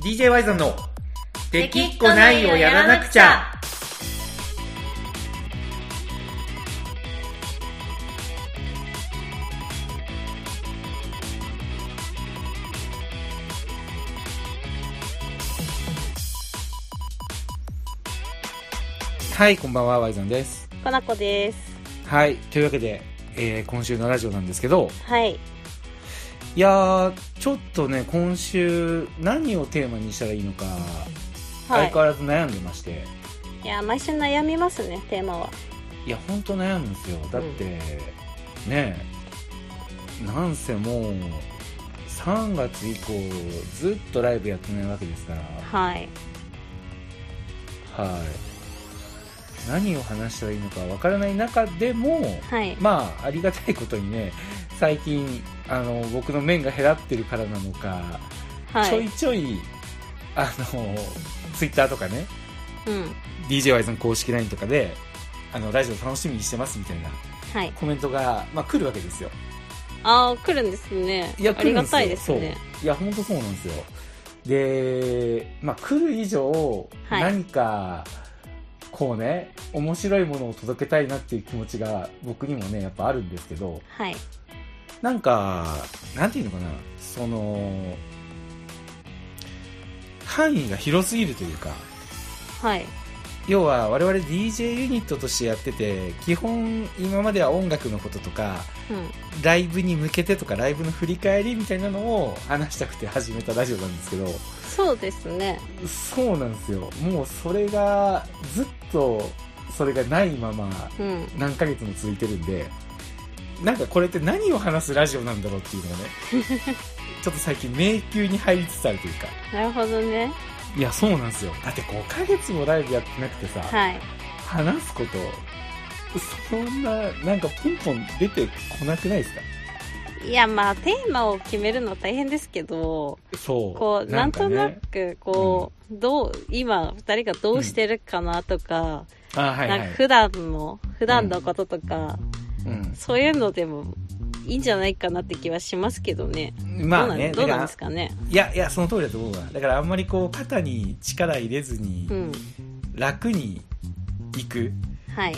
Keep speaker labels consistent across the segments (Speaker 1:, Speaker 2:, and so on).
Speaker 1: DJ ワイザンの「できっこないをやらなくちゃ」はいこんばんはワイザンです
Speaker 2: かなこです
Speaker 1: はいというわけで、えー今週のラジオなんですけど
Speaker 2: はい
Speaker 1: いやーちょっとね今週何をテーマにしたらいいのか、
Speaker 2: は
Speaker 1: 相
Speaker 2: い
Speaker 1: 変わらず悩んでまして
Speaker 2: いや毎週悩みますねテーマはい
Speaker 1: や本当悩むんですよだって、ねえなんせもう3月以降ずっとライブやってないわけですから
Speaker 2: はい
Speaker 1: はい何を話したらいいのかわからない中でも、
Speaker 2: はい
Speaker 1: まあありがたいことにね最近あの僕の面が減らってるからなのか、
Speaker 2: は
Speaker 1: ちょい
Speaker 2: い
Speaker 1: ちょいあのツイッターとかね
Speaker 2: うん
Speaker 1: DJY さん公式 LINE とかであのラジオ楽しみにしてますみたいな
Speaker 2: はい
Speaker 1: コメントが、まあ、来るわけですよ
Speaker 2: ああ来るんですね
Speaker 1: いや
Speaker 2: あ
Speaker 1: 来
Speaker 2: り
Speaker 1: るん
Speaker 2: が
Speaker 1: ですよ
Speaker 2: たいですね
Speaker 1: そういや本当そうなんですよで、まあ、来る以上、
Speaker 2: はい
Speaker 1: 何かこうね面白いものを届けたいなっていう気持ちが僕にもねやっぱあるんですけど
Speaker 2: はい
Speaker 1: なんかなんていうのかなその範囲が広すぎるというか
Speaker 2: はい
Speaker 1: 要は我々 DJ ユニットとしてやってて基本今までは音楽のこととか
Speaker 2: うん
Speaker 1: ライブに向けてとかライブの振り返りみたいなのを話したくて始めたラジオなんですけど
Speaker 2: そうですね
Speaker 1: そうなんですよもうそれがずっとそれがないまま
Speaker 2: うん
Speaker 1: 何ヶ月も続いてるんでなんかこれって何を話すラジオなんだろうっていうのがねちょっと最近迷宮に入りつつあるというか
Speaker 2: なるほどね
Speaker 1: いやそうなんですよだって5ヶ月もライブやってなくてさ、
Speaker 2: はい
Speaker 1: 話すことそんななんかポンポン出てこなくないですか
Speaker 2: いやまあテーマを決めるの大変ですけど
Speaker 1: そう
Speaker 2: こうなんとな
Speaker 1: かね
Speaker 2: くこうどう今2人がどうしてるかなとか
Speaker 1: あはいは
Speaker 2: なんか
Speaker 1: い
Speaker 2: 普段の普段のこととか
Speaker 1: うん
Speaker 2: そういうのでもいいんじゃないかなって気はしますけどね
Speaker 1: まあね
Speaker 2: どうなんどうなん
Speaker 1: だ
Speaker 2: で
Speaker 1: か
Speaker 2: すかね
Speaker 1: らいやいやその通りだと思うわだからあんまりこう肩に力入れずに
Speaker 2: うん
Speaker 1: 楽にいく、
Speaker 2: はい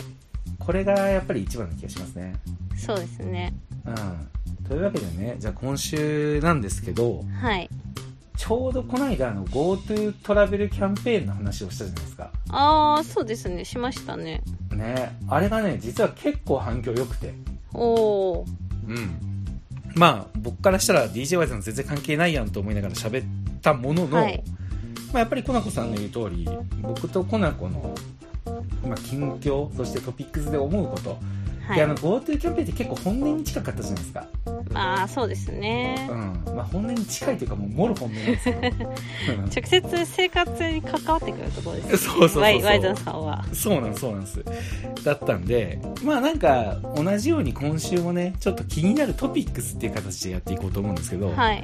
Speaker 1: これがやっぱり一番の気がしますね
Speaker 2: そうですね
Speaker 1: うんというわけでねじゃあ今週なんですけど
Speaker 2: はい
Speaker 1: ちょうどこの間あの GoTo トラベルキャンペーンの話をしたじゃないですか
Speaker 2: ああそうですねしましたね
Speaker 1: ねあれがね実は結構反響良くて
Speaker 2: おお
Speaker 1: うん、まあ僕からしたら DJY さん全然関係ないやんと思いながら喋ったものの、
Speaker 2: はい
Speaker 1: まあ、やっぱりコナコさんの言う通り僕とコナコの、まあ、近況そしてトピックスで思うこと、
Speaker 2: は
Speaker 1: であの
Speaker 2: い
Speaker 1: GoTo キャンペーンって結構本音に近かったじゃないですか、
Speaker 2: まあそうです
Speaker 1: う
Speaker 2: ね
Speaker 1: んまあ、本音に近いというかもうもろ本音なん ですけどうん
Speaker 2: 直接生活に関わってくるところです
Speaker 1: そ
Speaker 2: ね
Speaker 1: うそうそうそう
Speaker 2: ワイワイザンさんは
Speaker 1: そうなんそうなんですだったんでまあなんか同じように今週もねちょっと気になるトピックスっていう形でやっていこうと思うんですけど、
Speaker 2: はい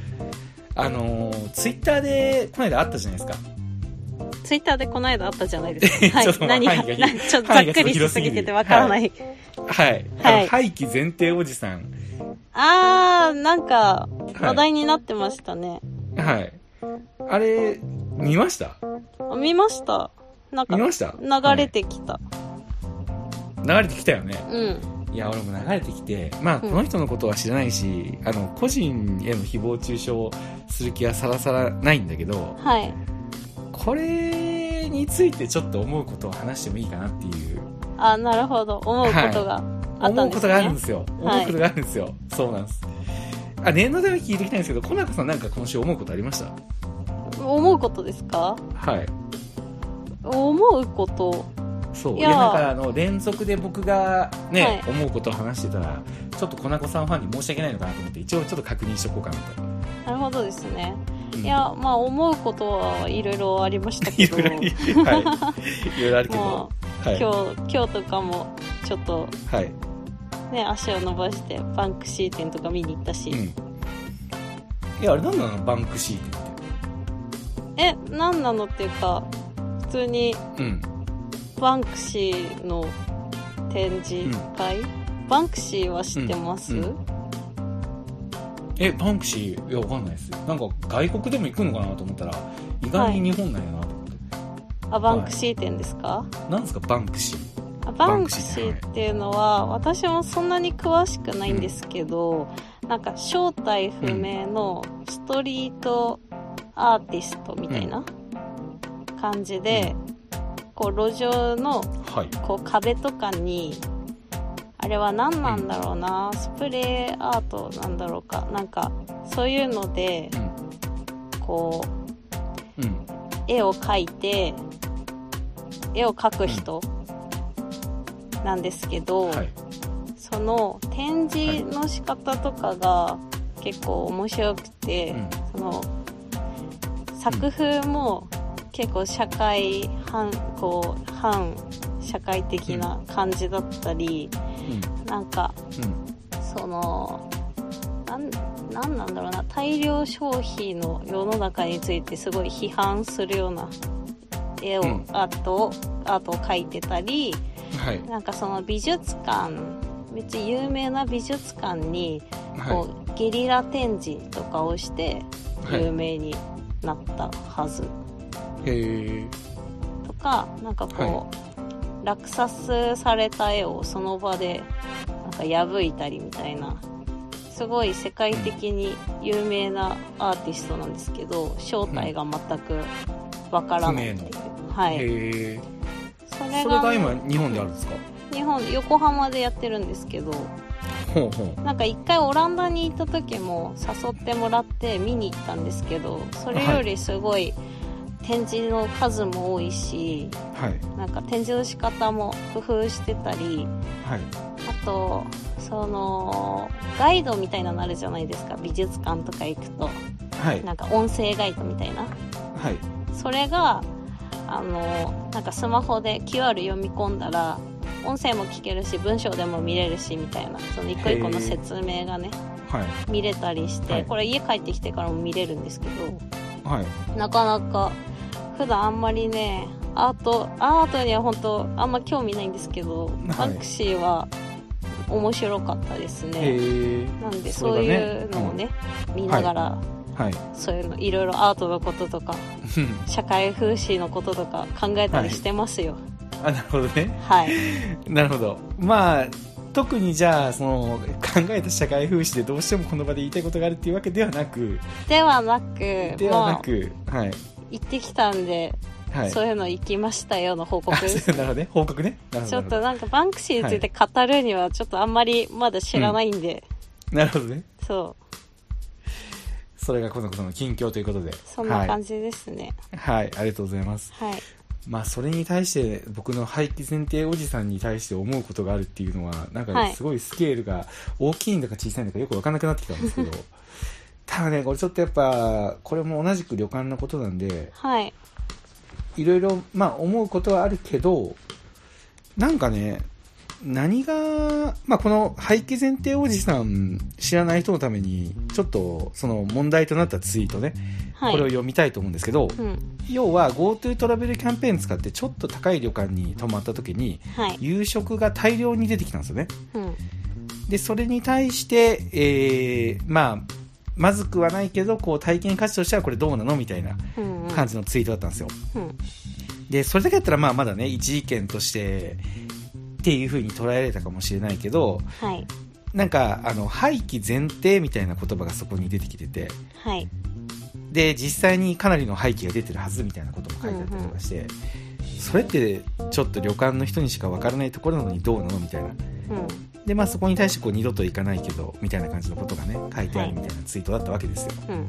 Speaker 1: あのツイッター Twitter でこの間あったじゃないですか
Speaker 2: ツイッターでこの間あったじゃないですか。は
Speaker 1: ちょっと
Speaker 2: い。
Speaker 1: まあ
Speaker 2: 何が、
Speaker 1: 範囲が
Speaker 2: なちょっとざっくりしすぎててわからない。
Speaker 1: はい。
Speaker 2: はい
Speaker 1: あの廃棄前提おじさん。
Speaker 2: あー、なんか、
Speaker 1: はい
Speaker 2: 話題になってましたね。
Speaker 1: はい。あれ、見ました
Speaker 2: あ見ました。なんか、
Speaker 1: 見ました
Speaker 2: 流れてきた。
Speaker 1: 流れてきたよね。
Speaker 2: うん。
Speaker 1: いや、俺も流れてきて、まあ、
Speaker 2: うん
Speaker 1: この人のことは知らないし、あの、個人への誹謗中傷する気はさらさらないんだけど、
Speaker 2: はい。
Speaker 1: これについてちょっと思うことを話してもいいかなっていう、
Speaker 2: あ、なるほど。思うことがあった
Speaker 1: 思
Speaker 2: ん
Speaker 1: う
Speaker 2: で
Speaker 1: こ
Speaker 2: す
Speaker 1: と
Speaker 2: ね。
Speaker 1: があるんですよ。
Speaker 2: はい
Speaker 1: 思うことがあるんですよ。そうなんです。あ、念のため聞いてきたんですけど、コナコさんなんか今週思うことありました
Speaker 2: 思うことですか
Speaker 1: はい。
Speaker 2: 思うこと。
Speaker 1: そうい
Speaker 2: い
Speaker 1: や
Speaker 2: や
Speaker 1: なんかあの連続で僕がね、
Speaker 2: はい
Speaker 1: 思うことを話してたらちょっと粉子さんファンに申し訳ないのかなと思って一応ちょっと確認しとこうかなと、
Speaker 2: なるほどですね。
Speaker 1: うん
Speaker 2: いや、まあ、思うことはいろいろありましたけ
Speaker 1: い
Speaker 2: ど
Speaker 1: ろい。ろ、はい、いろいろあるけ
Speaker 2: も
Speaker 1: ど、は
Speaker 2: う、
Speaker 1: い、
Speaker 2: 今日、今日とかも、ちょっと、
Speaker 1: はい、
Speaker 2: ね、足を伸ばして、バンクシー店とか見に行ったし。
Speaker 1: うんいやあれ何なのバンクシーって
Speaker 2: え何なのっていうか普通に
Speaker 1: うん
Speaker 2: バンクシーの展示会、バンクシーは知ってます、
Speaker 1: うんえバンクシーいやわかんないですなんか外国でも行くのかなと思ったら意外に日本なんやなと思って、
Speaker 2: あバンクシー店ですか、
Speaker 1: なんですかバンクシー
Speaker 2: あ
Speaker 1: バ
Speaker 2: バ
Speaker 1: ンク
Speaker 2: ンク
Speaker 1: シ
Speaker 2: シ
Speaker 1: ー
Speaker 2: ーっていうのは私もそんなに詳しくないんですけど、なんか正体不明のストリートアーティストみたいな感じで、こう路上の
Speaker 1: はい
Speaker 2: こう壁とかにあれは何なんだろうな、スプレーアートなんだろうかなんかそういうのでこう
Speaker 1: うんうん
Speaker 2: 絵を描いて絵を描く人なんですけど、
Speaker 1: はい
Speaker 2: その展示の仕方とかが結構面白くて、
Speaker 1: うん
Speaker 2: その作風も結構社会反こう反社会的な感じだったり、
Speaker 1: うん
Speaker 2: なんか
Speaker 1: うん
Speaker 2: そのなんなんなんだろうな大量消費の世の中についてすごい批判するような絵を、
Speaker 1: うん
Speaker 2: アートをアートを描いてたり
Speaker 1: はい
Speaker 2: なんかその美術館めっちゃ有名な美術館に
Speaker 1: は
Speaker 2: こう、ゲリラ展示とかをして
Speaker 1: はい
Speaker 2: 有名になったはず、
Speaker 1: いへえ
Speaker 2: とかなんかこう、
Speaker 1: は
Speaker 2: 落札された絵をその場でなんか破いたりみたいなすごい世界的に有名なアーティストなんですけど正体が全くわからないっていう、はい
Speaker 1: へえ
Speaker 2: そ
Speaker 1: そ
Speaker 2: れ
Speaker 1: れ
Speaker 2: が
Speaker 1: が今日本であるんですか
Speaker 2: 日本横浜でやってるんですけど
Speaker 1: ほうほう
Speaker 2: なんか一回オランダに行った時も誘ってもらって見に行ったんですけどそれよりすごい展示の数も多いし、
Speaker 1: はい
Speaker 2: なんか展示の仕方も工夫してたり
Speaker 1: はい
Speaker 2: あとそのガイドみたいなのあるじゃないですか美術館とか行くと
Speaker 1: はい
Speaker 2: なんか音声ガイドみたいな
Speaker 1: はい
Speaker 2: それがあのなんかスマホで QR 読み込んだら音声も聞けるし文章でも見れるしみたいなその一個一個の説明がね
Speaker 1: はい
Speaker 2: 見れたりして、
Speaker 1: はい
Speaker 2: これ家帰ってきてからも見れるんですけど
Speaker 1: はい
Speaker 2: なかなか普段あんまりねアートアートには本当あんま興味ないんですけど、
Speaker 1: い
Speaker 2: バンクシーは面白かったですね、
Speaker 1: へえ
Speaker 2: なんで
Speaker 1: そ
Speaker 2: そう
Speaker 1: れ
Speaker 2: い
Speaker 1: がね
Speaker 2: うのをね、見ながら、
Speaker 1: はい
Speaker 2: そういうのいろいろアートのこととか社会風刺のこととか考えたりしてますよ
Speaker 1: あなるほどね
Speaker 2: はい、
Speaker 1: なるほどまあ特にじゃあその考えた社会風刺でどうしてもこの場で言いたいことがあるっていうわけではなく
Speaker 2: ではなく
Speaker 1: ではな
Speaker 2: まあ
Speaker 1: く、はい
Speaker 2: 行ってきたんで、
Speaker 1: はい
Speaker 2: そういうの行きましたよの報告
Speaker 1: あ
Speaker 2: です
Speaker 1: そうなるほどね報告ねなるほ
Speaker 2: ち
Speaker 1: ど
Speaker 2: ょっとなんかバンクシーについて語るにはちょっとあんまりまだ知らないんで、
Speaker 1: なるほどね
Speaker 2: そう
Speaker 1: それがこのことの近況ということで
Speaker 2: そんな
Speaker 1: はい
Speaker 2: 感じですね
Speaker 1: はい、ありがとうございます
Speaker 2: はい、
Speaker 1: まあそれに対して僕の廃棄前提おじさんに対して思うことがあるっていうのはなん
Speaker 2: は
Speaker 1: か
Speaker 2: い
Speaker 1: すごいスケールが大きいんだか小さいんだかよくわかんなくなってきたん ですけどただねこれちょっとやっぱこれも同じく旅館のことなんで
Speaker 2: はい
Speaker 1: いろいろまあ思うことはあるけどなんかね何が、まあ、この廃棄前提おじさん知らない人のためにちょっとその問題となったツイートね、
Speaker 2: はい
Speaker 1: これを読みたいと思うんですけど、
Speaker 2: うん
Speaker 1: 要は GoTo トラベルキャンペーン使ってちょっと高い旅館に泊まった時に
Speaker 2: はい
Speaker 1: 夕食が大量に出てきたんですよね
Speaker 2: うん
Speaker 1: でそれに対して、えーまあまずくはないけどこう体験価値としてはこれどうなのみたいな
Speaker 2: うんうん
Speaker 1: 感じのツイートだったんですよ
Speaker 2: うん
Speaker 1: でそれだけだったらまあまだね一意見としてっていう風に捉えられたかもしれないけど
Speaker 2: はい
Speaker 1: なんかあの廃棄前提みたいな言葉がそこに出てきてて
Speaker 2: はい
Speaker 1: で実際にかなりの廃棄が出てるはずみたいなことも書いてあったりとかして、それってちょっと旅館の人にしかわからないところなのにどうなのみたいな
Speaker 2: うん
Speaker 1: で、まあ、そこに対してこう二度と行かないけどみたいな感じのことがね書いてあるみたいなツイートだったわけですよ、
Speaker 2: うん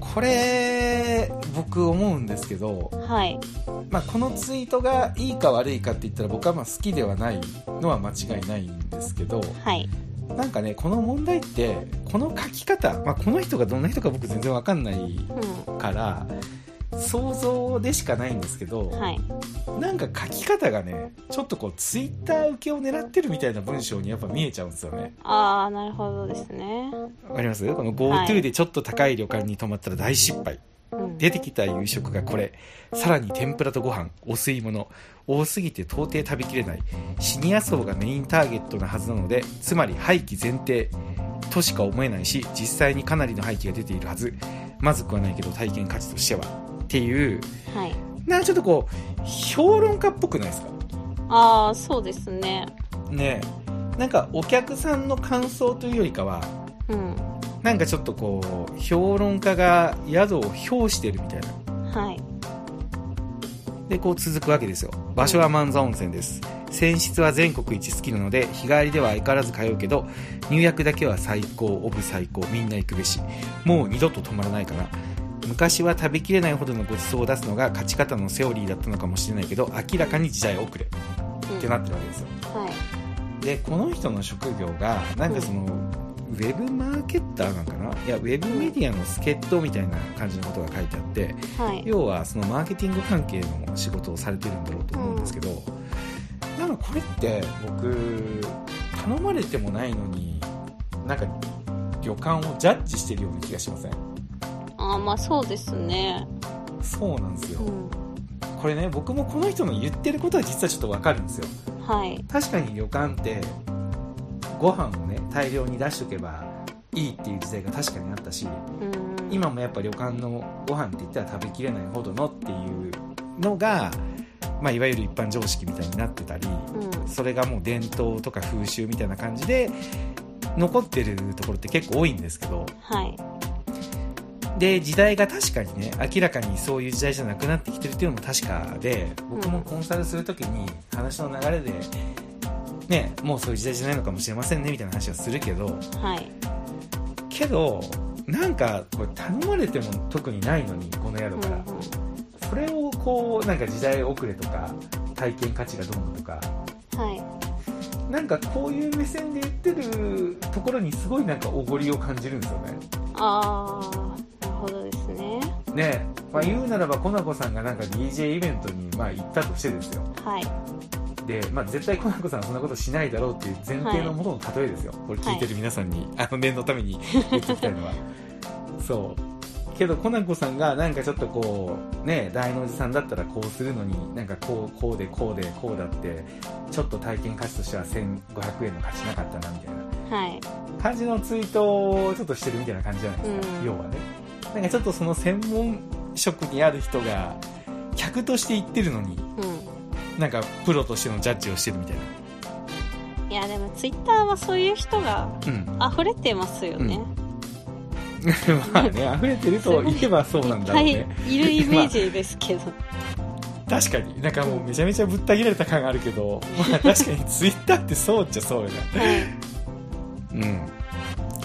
Speaker 1: これ僕思うんですけど、
Speaker 2: はい
Speaker 1: まあ、このツイートがいいか悪いかって言ったら僕はまあ好きではないのは間違いないんですけど
Speaker 2: はい
Speaker 1: なんかねこの問題ってこの書き方、まあ、この人がどんな人か僕全然わかんない
Speaker 2: うん
Speaker 1: から想像でしかないんですけど、
Speaker 2: はい
Speaker 1: なんか書き方がねちょっとこうツイッター受けを狙ってるみたいな文章にやっぱ見えちゃうんですよね
Speaker 2: ああなるほどですね
Speaker 1: わかりますこの
Speaker 2: はい
Speaker 1: GoTo でちょっと高い旅館に泊まったら大失敗、
Speaker 2: うん
Speaker 1: 出てきた夕食がこれさらに天ぷらとご飯お吸い物多すぎて到底食べきれないシニア層がメインターゲットなはずなのでつまり廃棄前提としか思えないし実際にかなりの廃棄が出ているはずまずくはないけど体験価値としてはっていう
Speaker 2: はい
Speaker 1: なんかちょっとこう評論家っぽくないですか
Speaker 2: ああそうですね
Speaker 1: ねなんかお客さんの感想というよりかは
Speaker 2: うん
Speaker 1: なんかちょっとこう評論家が宿を評してるみたいな
Speaker 2: はい
Speaker 1: でこう続くわけですよ場所は万座温泉です泉質は全国一好きなので日帰りでは相変わらず通うけど入薬だけは最高オブ最高みんな行くべしもう二度と止まらないかな昔は食べきれないほどのごちそうを出すのが勝ち方のセオリーだったのかもしれないけど明らかに時代遅れっ
Speaker 2: うん
Speaker 1: てなってるわけですよ
Speaker 2: はい
Speaker 1: でこの人の職業がなんかその、ウェブマーケッターなんかないやウェブメディアの助っ人みたいな感じのことが書いてあって
Speaker 2: はい
Speaker 1: 要はそのマーケティング関係の仕事をされてるんだろうと思うんですけど、なんかこれって僕頼まれてもないのになんか旅館をジャッジしてるような気がしません
Speaker 2: ああまあそうですね
Speaker 1: そうなんですよ、
Speaker 2: うん
Speaker 1: これね僕もこの人の言ってることは実はちょっとわかるんですよ
Speaker 2: はい
Speaker 1: 確かに旅館ってご飯をね大量に出しとけばいいっていう時代が確かにあったし
Speaker 2: うん
Speaker 1: 今もやっぱ旅館のご飯って言ったら食べきれないほどのっていうのが、まあ、いわゆる一般常識みたいになってたり
Speaker 2: うん
Speaker 1: それがもう伝統とか風習みたいな感じで残ってるところって結構多いんですけど
Speaker 2: はい
Speaker 1: で時代が確かにね明らかにそういう時代じゃなくなってきてるっていうのも確かで僕もコンサルするときに話の流れで、ね、もうそういう時代じゃないのかもしれませんねみたいな話はするけど
Speaker 2: はい
Speaker 1: けどなんかこれ頼まれても特にないのにこの宿
Speaker 2: うん
Speaker 1: から、それをこうなんか時代遅れとか体験価値がどうのとか
Speaker 2: うんはい
Speaker 1: なんかこういう目線で言ってるところにすごいなんかおごりを感じるんですよね。
Speaker 2: ああなるほどですね
Speaker 1: ねえ、まあ、言うならばコナコさんがなんか DJ イベントにまあ行ったとしてですよ
Speaker 2: はい
Speaker 1: で、まあ、絶対コナコさんはそんなことしないだろうっていう前提のもとの例えですよ、これ聞いてる皆さんに、あの念のために言っておきたいのはそうけどコナコさんがなんかちょっとこうね大のおじさんだったらこうするのになんかこうこうでこうでこうだってちょっと体験価値としては1500円の価値なかったなみたいな
Speaker 2: はい
Speaker 1: 感じのツイートをちょっとしてるみたいな感じじゃないですか、
Speaker 2: うん
Speaker 1: 要はねなんかちょっとその専門職にある人が客として行ってるのに
Speaker 2: う
Speaker 1: なんかプロとしてのジャッジをしてるみたいなん
Speaker 2: いやでもツイッターはそういう人が
Speaker 1: うん
Speaker 2: 溢れてますよね、
Speaker 1: まあね溢れてると言えばそうなんだろう
Speaker 2: いっ
Speaker 1: ね
Speaker 2: ぱいいるイメージですけ ど、
Speaker 1: 確かになんかもうめちゃめちゃぶった切られた感があるけどまあ確かに ツイッターってそうっちゃそうよね
Speaker 2: はい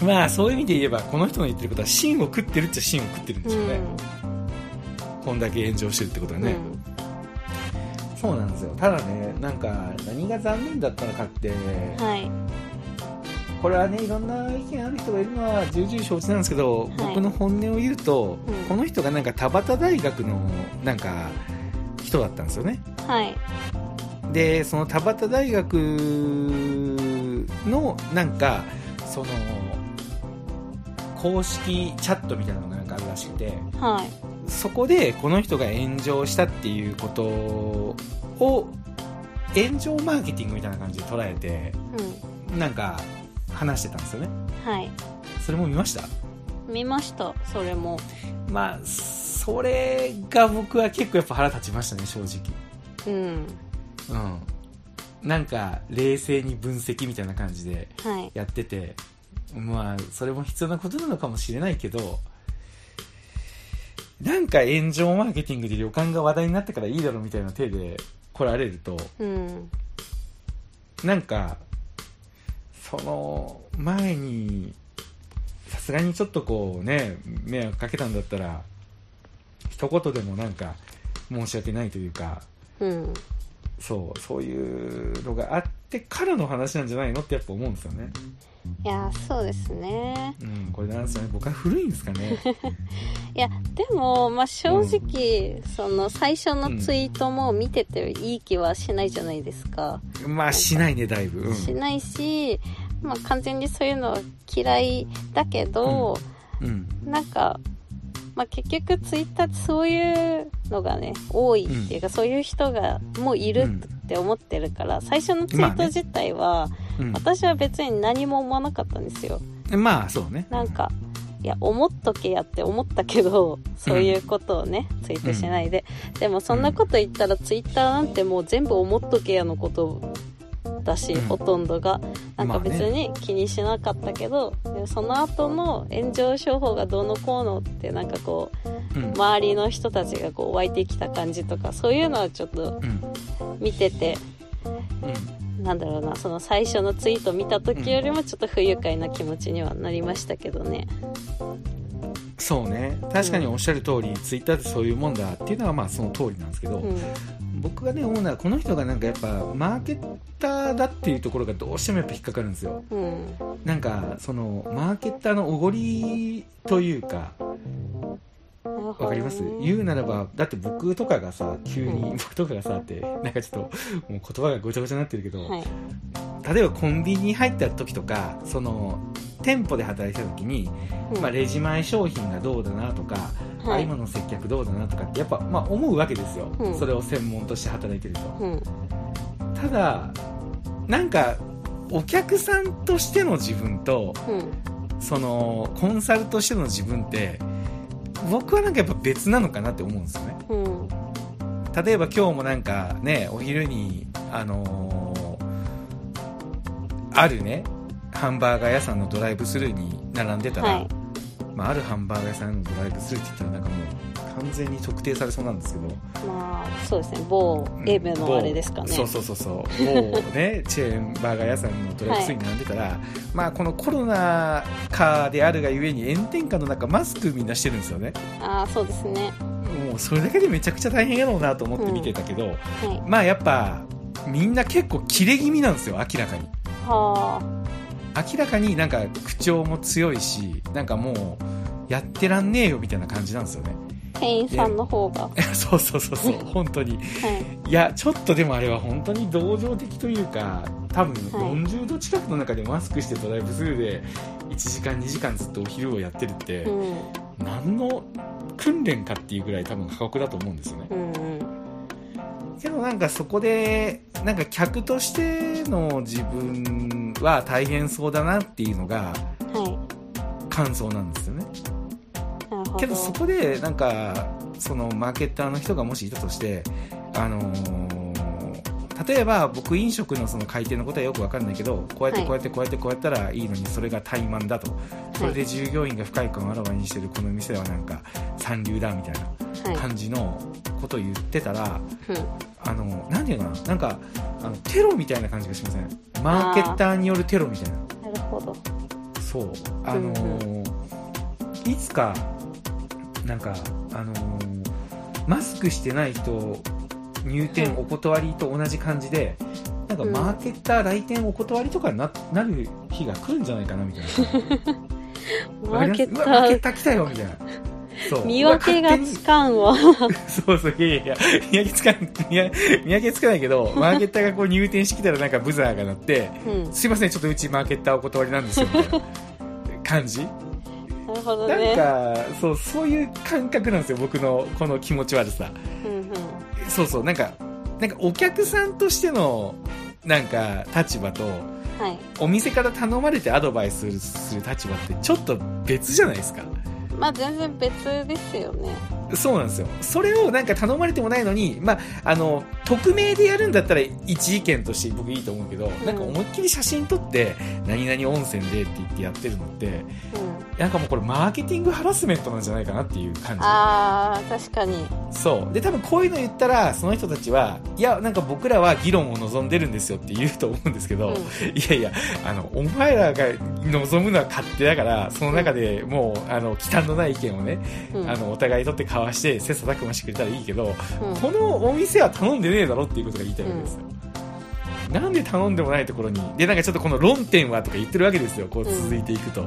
Speaker 1: うんまあそういう意味で言えばこの人の言ってることは芯を食ってるっちゃ芯を食ってるんで
Speaker 2: う
Speaker 1: しょうんね、こんだけ炎上してるってことはね、そうなんですよただねなんか何が残念だったのかって、
Speaker 2: うん、はい
Speaker 1: これはねいろんな意見ある人がいるのは重々承知なんですけど、僕の本音を言うと、
Speaker 2: うん
Speaker 1: この人がなんか田端大学のなんか人だったんですよね
Speaker 2: はい
Speaker 1: でその田端大学のなんかその公式チャットみたいなのがなんかあるらしくて
Speaker 2: はい
Speaker 1: そこでこの人が炎上したっていうことを炎上マーケティングみたいな感じで捉えて
Speaker 2: うん
Speaker 1: なんか話してたんですよね
Speaker 2: はい
Speaker 1: それも見ました
Speaker 2: 見ましたそれも
Speaker 1: まあそれが僕は結構やっぱ腹立ちましたね正
Speaker 2: う
Speaker 1: 直
Speaker 2: ん
Speaker 1: うんなんか冷静に分析みたいな感じで
Speaker 2: はい
Speaker 1: やっててまあそれも必要なことなのかもしれないけどなんか炎上マーケティングで旅館が話題になったからいいだろうみたいな手で来られると
Speaker 2: うん
Speaker 1: なんかその前にさすがにちょっとこうね迷惑かけたんだったら一言でもなんか申し訳ないというか
Speaker 2: うん
Speaker 1: そうそういうのがあってからの話なんじゃないのってやっぱ思うんですよね、
Speaker 2: いやそうですね
Speaker 1: うん、これなんですよね僕は古いんですかね
Speaker 2: いやでも、まあ、正直、その最初のツイートも見てていい気はしないじゃないですか、
Speaker 1: まあしないねだいぶ、うん
Speaker 2: しないし、まあ、完全にそういうのは嫌いだけど、
Speaker 1: うん
Speaker 2: なんか、まあ、結局ツイッターってそういうのがね多いっていうか、そういう人がもういるって思ってるから最初のツイート自体は、
Speaker 1: うん
Speaker 2: 私は別に何も思わなかったんですよ、
Speaker 1: まあ、そうね。
Speaker 2: なんかいや思っとけやって思ったけどそういうことをね、ツイートしないで、でもそんなこと言ったらツイッターなんてもう全部思っとけやのことだし、
Speaker 1: うん
Speaker 2: ほとんどがなん
Speaker 1: ま
Speaker 2: か
Speaker 1: あね
Speaker 2: 別に気にしなかったけど、でもその後の炎上商法がどうのこうのってなんかこう
Speaker 1: うん。
Speaker 2: 周りの人たちがこう湧いてきた感じとかそういうのはちょっと
Speaker 1: うん。
Speaker 2: 見てて
Speaker 1: うん。
Speaker 2: なんだろうなその最初のツイート見た時よりもちょっと不愉快な気持ちにはなりましたけどね。
Speaker 1: そうね。確かにおっしゃる通り、ツイッターってそういうもんだっていうのは、まあ、その通りなんですけど、
Speaker 2: うん
Speaker 1: 僕がね、思うのは、この人がなんかやっぱ、マーケッターだっていうところがどうしてもやっぱ引っかかるんですよ。
Speaker 2: うん
Speaker 1: なんか、その、マーケッターのおごりというか、
Speaker 2: わ
Speaker 1: わかります言うならば、だって僕とかがさ、急に、僕とかがさって、なんかちょっと、もう言葉がごちゃごちゃになってるけど、
Speaker 2: はい、
Speaker 1: 例えばコンビニに入った時とか、その、店舗で働いてた時に、
Speaker 2: うん
Speaker 1: まあ、レジ前商品がどうだなとか、
Speaker 2: はい
Speaker 1: 今の接客どうだなとかってやっぱ、まあ、思うわけですよ、
Speaker 2: うん
Speaker 1: それを専門として働いてると
Speaker 2: うん
Speaker 1: ただなんかお客さんとしての自分と
Speaker 2: うん
Speaker 1: そのコンサルとしての自分って僕はなんかやっぱ別なのかなって思うんですよね
Speaker 2: うん
Speaker 1: 例えば今日もなんかねお昼にあのーあるねハンバーガー屋さんのドライブスルーに並んでたら、
Speaker 2: はい
Speaker 1: まあ、あるハンバーガー屋さんのドライブスルーって言ったらなんかもう完全に特定されそうなんですけど
Speaker 2: まあそうですね某 M のあれですかね、
Speaker 1: 某そうそうそうそう某ね チェーンバーガー屋さんのドライブスルーに並んでたら、まあこのコロナ禍であるがゆえに炎天下の中マスクみんなしてるんですよね
Speaker 2: ああそうですね
Speaker 1: もうそれだけでめちゃくちゃ大変やろうなと思って見てたけど、
Speaker 2: はい
Speaker 1: まあやっぱみんな結構キレ気味なんですよ明らかに
Speaker 2: はあ
Speaker 1: 明らかになんか口調も強いしなんかもうやってらんねえよみたいな感じなんですよね
Speaker 2: 店員さんの方が、は
Speaker 1: そうそうそうそう本当に
Speaker 2: い、
Speaker 1: いやちょっとでもあれは本当に同情的というか多分
Speaker 2: はい
Speaker 1: 40度近くの中でマスクしてドライブスルーで1時間2時間ずっとお昼をやってるって
Speaker 2: うん
Speaker 1: 何の訓練かっていうぐらい多分過酷だと思うんですよね
Speaker 2: うんうん
Speaker 1: けどなんかそこでなんか客としての自分は大変そうだなっていうのが
Speaker 2: は
Speaker 1: 感想なんですよね
Speaker 2: いなるほど
Speaker 1: けどそこでなんかそのマーケッターの人がもしいたとしてあのー例えば僕飲食のその回転のことはよくわかんないけどこうやって
Speaker 2: はい
Speaker 1: こうやってこうやってこうやったらいいのにそれが怠慢だと、それで従業員が不快感をあらわにしてるこの店はなんか三流だみたい
Speaker 2: はい
Speaker 1: な感じのことを言ってたら、
Speaker 2: うん
Speaker 1: あのなんていうのかななんかあのテロみたいな感じがしませんマーケッターによるテロみたいな
Speaker 2: なるほど
Speaker 1: そうあのーいつかなんかあのーマスクしてない人入店お断りと同じ感じで、なんか
Speaker 2: うん
Speaker 1: マーケッター来店お断りとかにななる日が来るんじゃないかなみたい なわかります
Speaker 2: マーケッ
Speaker 1: うわマーケッ
Speaker 2: タ
Speaker 1: ター来たよみたいなそう
Speaker 2: ー見分けがつかんわ
Speaker 1: そうそう、いやいやいや、見分けつかん、見分け見分けつかないけど、マーケッターがこう入店してきたらなんかブザーが鳴って、
Speaker 2: うん
Speaker 1: すいません、ちょっとうちマーケッターお断りなんですよ、みたいな感じ。
Speaker 2: なるほど
Speaker 1: なん
Speaker 2: ね
Speaker 1: か、そう、そういう感覚なんですよ、僕のこの気持ち悪さ。
Speaker 2: うん
Speaker 1: そうそう、なんか、なんかお客さんとしての、なんか、立場と、
Speaker 2: うんはい
Speaker 1: お店から頼まれてアドバイスする立場ってちょっと別じゃないですか。
Speaker 2: まあ全然別ですよね
Speaker 1: そうなんですよ。それをなんか頼まれてもないのに、まあ、あの、匿名でやるんだったら一意見として僕いいと思うけど、
Speaker 2: ん
Speaker 1: なんか思いっきり写真撮って、何々温泉でって言ってやってるのって、
Speaker 2: うん
Speaker 1: なんかもうこれマーケティングハラスメントなんじゃないかなっていう感
Speaker 2: あー確かに
Speaker 1: じ。そう。で、多分こういうの言ったら、その人たちは、いや、なんか僕らは議論を望んでるんですよって言うと思うんですけど、
Speaker 2: うん
Speaker 1: いやいや、あの、お前らが望むのは勝手だから、その中でもう、あの、忌憚のない意見をね、
Speaker 2: うん
Speaker 1: あの、お互い取って交わして、切磋琢磨してくれたらいいけど、
Speaker 2: うん
Speaker 1: このお店は頼んでねえだろっていうことが言いたいわけですよ、なんで頼んでもないところにでなんかちょっとこの論点はとか言ってるわけですよこう続いていくと、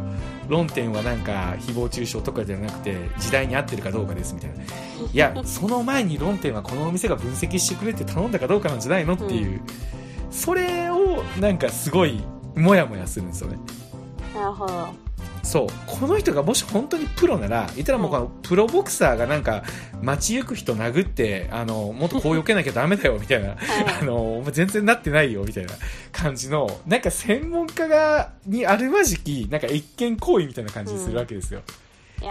Speaker 1: 論点はなんか誹謗中傷とかじゃなくて時代に合ってるかどうかですみたいない やその前に論点はこのお店が分析してくれって頼んだかどうかなんじゃないのっていう、それをなんかすごいモヤモヤするんですよね
Speaker 2: なるほど
Speaker 1: そうこの人がもし本当にプロならいたらもうこのプロボクサーがなんか街行く人殴ってあのもっとこう避けなきゃダメだよみたいな あの全然なってないよみたいな感じのなんか専門家がにあるまじきなんか一見行為みたいな感じにするわけですよ、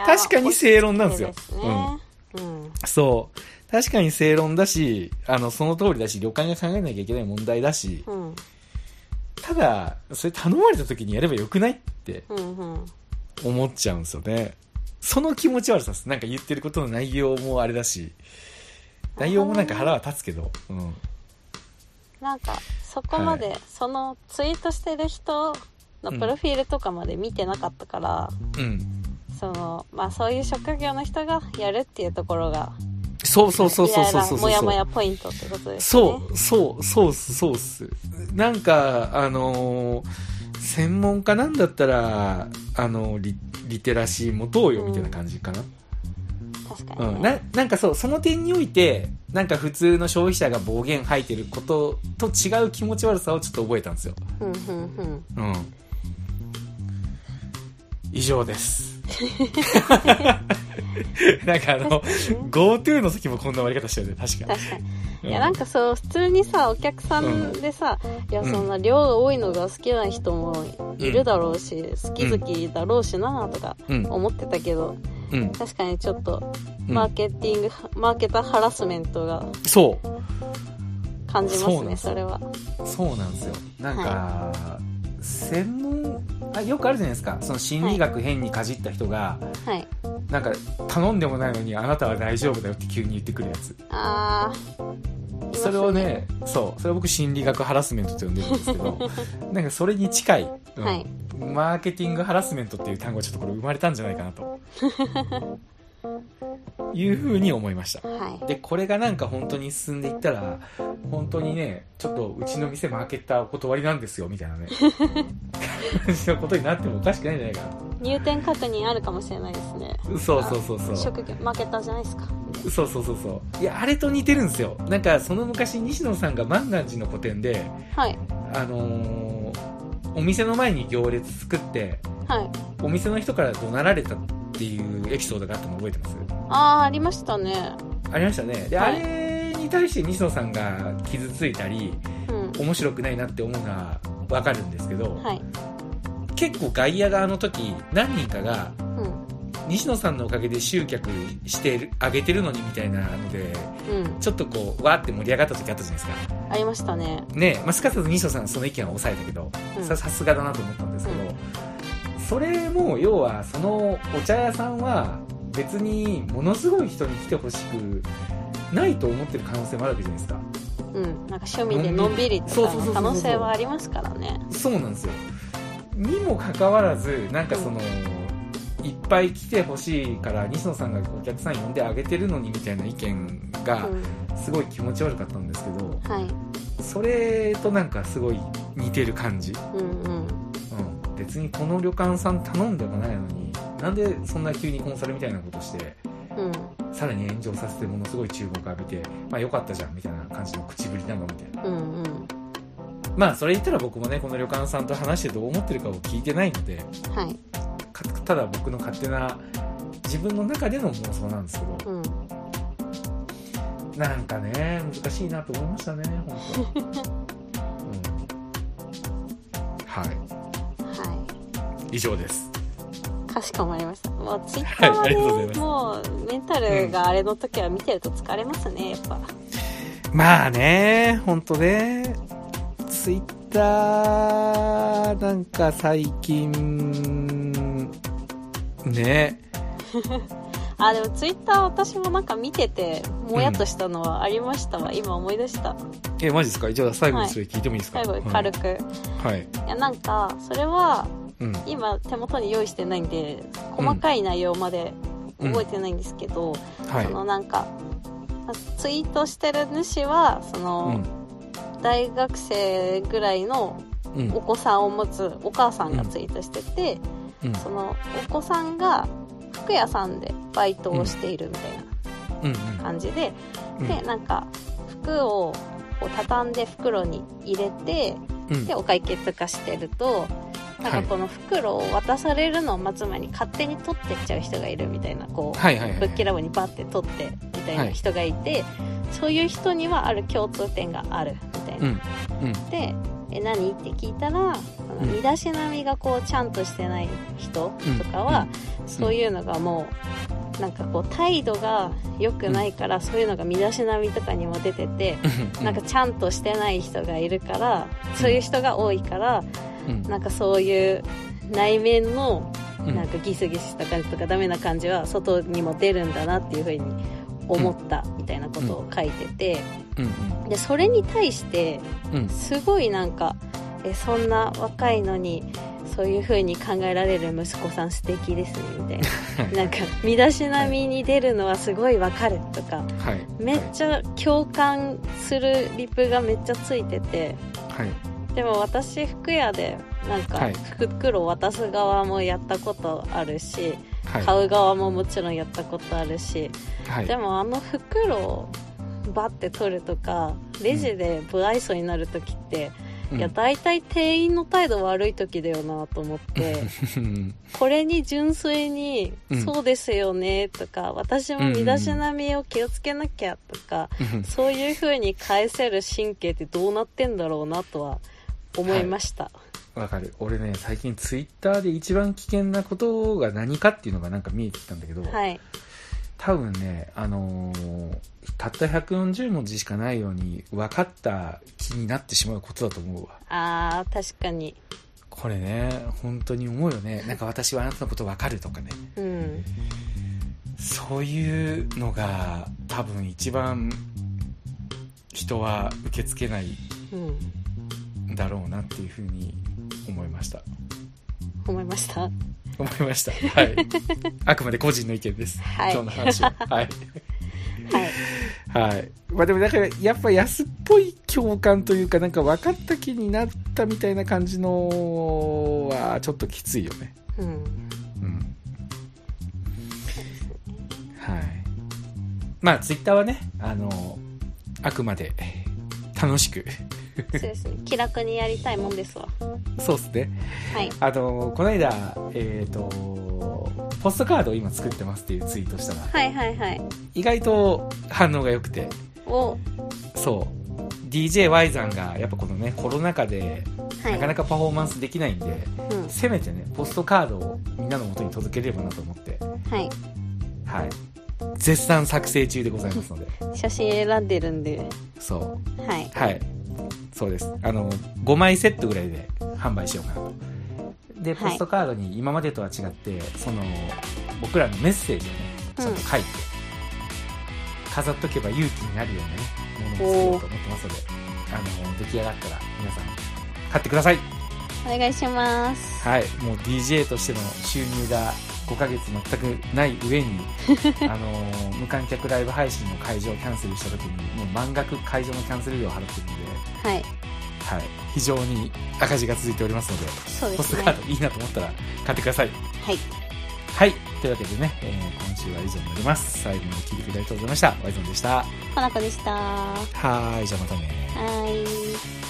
Speaker 1: 確かに正論なんですよ
Speaker 2: うんうんうん
Speaker 1: そう確かに正論だしあのその通りだし旅館が考えなきゃいけない問題だし
Speaker 2: うん
Speaker 1: ただそれ頼まれた時にやればよくないって
Speaker 2: うん
Speaker 1: 思っちゃうんですよね。その気持ち悪さです。なんか言ってることの内容もあれだし、内容もなんか腹は立つけど、うん。
Speaker 2: なんかそこまで、
Speaker 1: は
Speaker 2: そのツイートしてる人のプロフィールとかまで見てなかったから、
Speaker 1: うん。
Speaker 2: そのまあそういう職業の人がやるっていうところが
Speaker 1: そうそうそうそうそうそうそう。
Speaker 2: イライラモヤモヤポイントってことですね
Speaker 1: そう、そう、そうっす、そうっす。なんか、あのー専門家なんだったら、あのーリ、リテラシー持とうよ、みたいな感じかな。
Speaker 2: 確か
Speaker 1: うん、
Speaker 2: に、ね
Speaker 1: ななんかそうその点においてなんか普通の消費者が暴言吐いてることと違う気持ち悪さをちょっと覚えたんですよ、
Speaker 2: うんうんうん
Speaker 1: うん、以上です なんかあの GoTo の時もこんな終わり方してるね確か
Speaker 2: 確かに
Speaker 1: に
Speaker 2: いやなんかそう普通にさお客さんでさ、いやそんな量が多いのが好きな人もいるだろうし、好き好きだろうしなとか
Speaker 1: うん
Speaker 2: 思ってたけど
Speaker 1: うん、
Speaker 2: 確かにちょっと
Speaker 1: うん
Speaker 2: マーケティング、マーケターハラスメントが
Speaker 1: そう
Speaker 2: 感じま
Speaker 1: そう
Speaker 2: す
Speaker 1: なん
Speaker 2: ね
Speaker 1: で
Speaker 2: そ
Speaker 1: すよ
Speaker 2: れは
Speaker 1: そうなんですよなんか、専門あよくあるじゃないですかその心理学変にかじった人が、
Speaker 2: はい
Speaker 1: なんか頼んでもないのにあなたは大丈夫だよって急に言ってくるやつ
Speaker 2: あーいます
Speaker 1: それをねそうそれを僕心理学ハラスメントって呼んでるんですけど なんかそれに近い、うん
Speaker 2: はい
Speaker 1: マーケティングハラスメントっていう単語がちょっとこれ生まれたんじゃないかなというふうに思いました
Speaker 2: は
Speaker 1: でこれがなんか本当に進んでいったら本当にねちょっとうちの店マーケッターお断りなんですよみたいなね感じのことになってもおかしくないんじゃないかない
Speaker 2: 入店確認あるかもしれないですね
Speaker 1: そうそうそうそう
Speaker 2: 職業マーケターじゃないですか
Speaker 1: そうそうそうそういやあれと似てるんですよなんかその昔西野さんが万願寺の個展で
Speaker 2: はい
Speaker 1: あのーお店の前に行列作って
Speaker 2: はい
Speaker 1: お店の人から怒鳴られたっていうエピソードがあったの覚えてます
Speaker 2: ああありましたね
Speaker 1: ありましたねで、
Speaker 2: はい
Speaker 1: あれに対して西野さんが傷ついたり
Speaker 2: うん
Speaker 1: 面白くないなって思うのはわかるんですけど、
Speaker 2: はい
Speaker 1: 結構外野側の時何人かが
Speaker 2: うん
Speaker 1: 西野さんのおかげで集客してるあげてるのにみたいなので
Speaker 2: うん
Speaker 1: ちょっとこうわーって盛り上がった時あったじゃないですか
Speaker 2: ありましたね
Speaker 1: ねえ、まあ、すかさず西野さんはその意見は抑えたけど
Speaker 2: うん
Speaker 1: ささすがだなと思ったんですけど、それも要はそのお茶屋さんは別にものすごい人に来てほしくないと思ってる可能性もあるわけじゃないですか
Speaker 2: うんなんか趣味でのんびりと
Speaker 1: そう
Speaker 2: か
Speaker 1: そうそうそうそう
Speaker 2: の可能性はありますからね
Speaker 1: そうなんですよにもかかわらずなんかその、いっぱい来てほしいから西野さんがお客さん呼んであげてるのにみたいな意見
Speaker 2: う
Speaker 1: が
Speaker 2: ん
Speaker 1: すごい気持ち悪かったんですけど
Speaker 2: はい
Speaker 1: それとなんかすごい似てる感じ
Speaker 2: うんうん
Speaker 1: うん、別にこの旅館さん頼んでもないのになんでそんな急にコンサルみたいなことして
Speaker 2: うん
Speaker 1: さらに炎上させてものすごい注目を浴びてまあ良かったじゃんみたいな感じの口ぶりなのみたいな
Speaker 2: うんうん
Speaker 1: まあそれ言ったら僕もねこの旅館さんと話してどう思ってるかを聞いてないので
Speaker 2: はい
Speaker 1: かただ僕の勝手な自分の中での妄想なんですけど
Speaker 2: うん
Speaker 1: なんかね難しいなと思いましたね本当、うん、は
Speaker 2: はい
Speaker 1: い以上です
Speaker 2: かしこまりました。もうツイッターは
Speaker 1: はいあり
Speaker 2: ね、
Speaker 1: がとうございます
Speaker 2: もうメンタルがあれの時は見てると疲れますね、やっぱ。
Speaker 1: まあね、ほんとね、ツイッター、なんか最近、ね、
Speaker 2: あ、でもツイッター私もなんか見てて、もやっとしたのはありましたわ。今思い出した。
Speaker 1: え、マジですかじゃあ最後にそれ聞いてもいいですか、
Speaker 2: 最後に軽く。い、
Speaker 1: はい。はい。
Speaker 2: や、なんか、それは
Speaker 1: うん。
Speaker 2: 今手元に用意してないんで、細かい内容まで覚えてないんですけど、
Speaker 1: は
Speaker 2: そのなんか、ツイートしてる主は、その、大学生ぐらいの
Speaker 1: い。うん。
Speaker 2: お子さんを持つお母さんがツイートしてて、
Speaker 1: うん。
Speaker 2: そのお子さんが服屋さんでバイトをしているみたい
Speaker 1: うん。
Speaker 2: な感じで、
Speaker 1: うん。
Speaker 2: でなんか服をこう畳んで袋に入れて
Speaker 1: うん。
Speaker 2: でお会計とかしてるとなん
Speaker 1: は
Speaker 2: か
Speaker 1: い
Speaker 2: この袋を渡されるのを待つ前に勝手に取ってっちゃう人がいるみたいなこう、
Speaker 1: はいはいはい
Speaker 2: ブッキラボにバッて取ってみたいな人がいて、そういう人にはある共通点があるみたいな。
Speaker 1: うんうん
Speaker 2: でえ何って聞いたらその
Speaker 1: うん
Speaker 2: 身だしなみがこうちゃんとしてない人とかは、そういうのがもうなんかこう態度が良くないから、そういうのが身だしなみとかにも出てて、
Speaker 1: う
Speaker 2: なんかちゃんとしてない人がいるからそういう人が多いから
Speaker 1: うん
Speaker 2: なんかそういう内面の
Speaker 1: うん
Speaker 2: なんかギスギスした感じとかダメな感じは外にも出るんだなっていう風に思ったみたいなことを書いてて
Speaker 1: うん
Speaker 2: でそれに対して
Speaker 1: うんうん
Speaker 2: すごいなんかえそんな若いのにそういう風に考えられる息子さん素敵ですねみたいななんか身だしなみに出るのはすごいわかるとか
Speaker 1: はい
Speaker 2: めっちゃ共感するリプがめっちゃついてて
Speaker 1: はい
Speaker 2: でも私服屋でなん
Speaker 1: は
Speaker 2: か
Speaker 1: い
Speaker 2: 袋を渡す側もやったことある
Speaker 1: は
Speaker 2: し、
Speaker 1: い
Speaker 2: 買う側ももちろんやったことあるし、
Speaker 1: はい
Speaker 2: でもあの袋をバッて取るとかレジで不愛想になる時って、
Speaker 1: うん
Speaker 2: いや大体店員の態度悪い時だよなと思って。
Speaker 1: うん
Speaker 2: これに純粋に「
Speaker 1: うん
Speaker 2: そうですよね」とか「私も身だしなみを気をつけなきゃ」とか、
Speaker 1: うん
Speaker 2: そういう風に返せる神経ってどうなってんだろうなとは思いました。
Speaker 1: わかる俺ね最近ツイッターで一番危険なことが何かっていうのがなんか見えてきたんだけど、
Speaker 2: はい。
Speaker 1: 多分ねあのーたった140文字しかないように分かった気になってしまうことだと思うわ
Speaker 2: あー、確かに。
Speaker 1: これね本当に思うよねなんか私はあなたのこと分かるとかね
Speaker 2: うん。
Speaker 1: そういうのが多分一番人は受け付けない
Speaker 2: うん。
Speaker 1: んだろうなっていうふうに思いました
Speaker 2: 思いました。
Speaker 1: 思いましたはい あくまで個人の意見です、
Speaker 2: はい
Speaker 1: 今日の話ははい
Speaker 2: はい。
Speaker 1: はい。まあでもだから、やっぱ安っぽい共感というか、なんか分かった気になったみたいな感じのは、ちょっときついよね。
Speaker 2: うん。
Speaker 1: うん。はい。まあ、ツイッターはね、あの、あくまで楽しく。
Speaker 2: そうですね。気楽にやりたいもんですわ。
Speaker 1: そうですね。
Speaker 2: はい。
Speaker 1: あの、この間、えっ、と、ポストカードを今作ってますっていうツイートしたら、
Speaker 2: はいはいはい。
Speaker 1: 意外と反応が良くて、
Speaker 2: を、
Speaker 1: そう。DJY さんが、やっぱこのね、コロナ禍で、
Speaker 2: はい。
Speaker 1: なかなかパフォーマンスできないんで、
Speaker 2: うん。
Speaker 1: せめてね、ポストカードをみんなの元に届ければなと思って、
Speaker 2: はい。
Speaker 1: はい。絶賛作成中でございますので、
Speaker 2: 写真選んでるんで。
Speaker 1: そう。
Speaker 2: はい。
Speaker 1: はい。そうです。あの、5枚セットぐらいで販売しようかなと。で、
Speaker 2: はい
Speaker 1: ポストカードに今までとは違って、その、僕らのメッセージをね、ちゃんと書いて、飾っとけば勇気になるようなね、ものを作ろうと思ってますので、あの、出来上がったら皆さん、買ってください
Speaker 2: お願いします。
Speaker 1: はい、もう DJ としての収入が5ヶ月全くない上 にあのー無観客ライブ配信の会場をキャンセルした時にもう満額会場のキャンセル料を払ってるので、
Speaker 2: はい。
Speaker 1: はい、非常に赤字が続いておりますので
Speaker 2: そうで
Speaker 1: ポス
Speaker 2: す
Speaker 1: ト
Speaker 2: ね。
Speaker 1: カードいいなと思ったら買ってください
Speaker 2: はい。
Speaker 1: はいというわけでね、えー今週は以上になります最後まで聞いてくれてありがとうございましたワイゾンでした
Speaker 2: かなこでした。は
Speaker 1: はーいじゃあまたね
Speaker 2: ーい。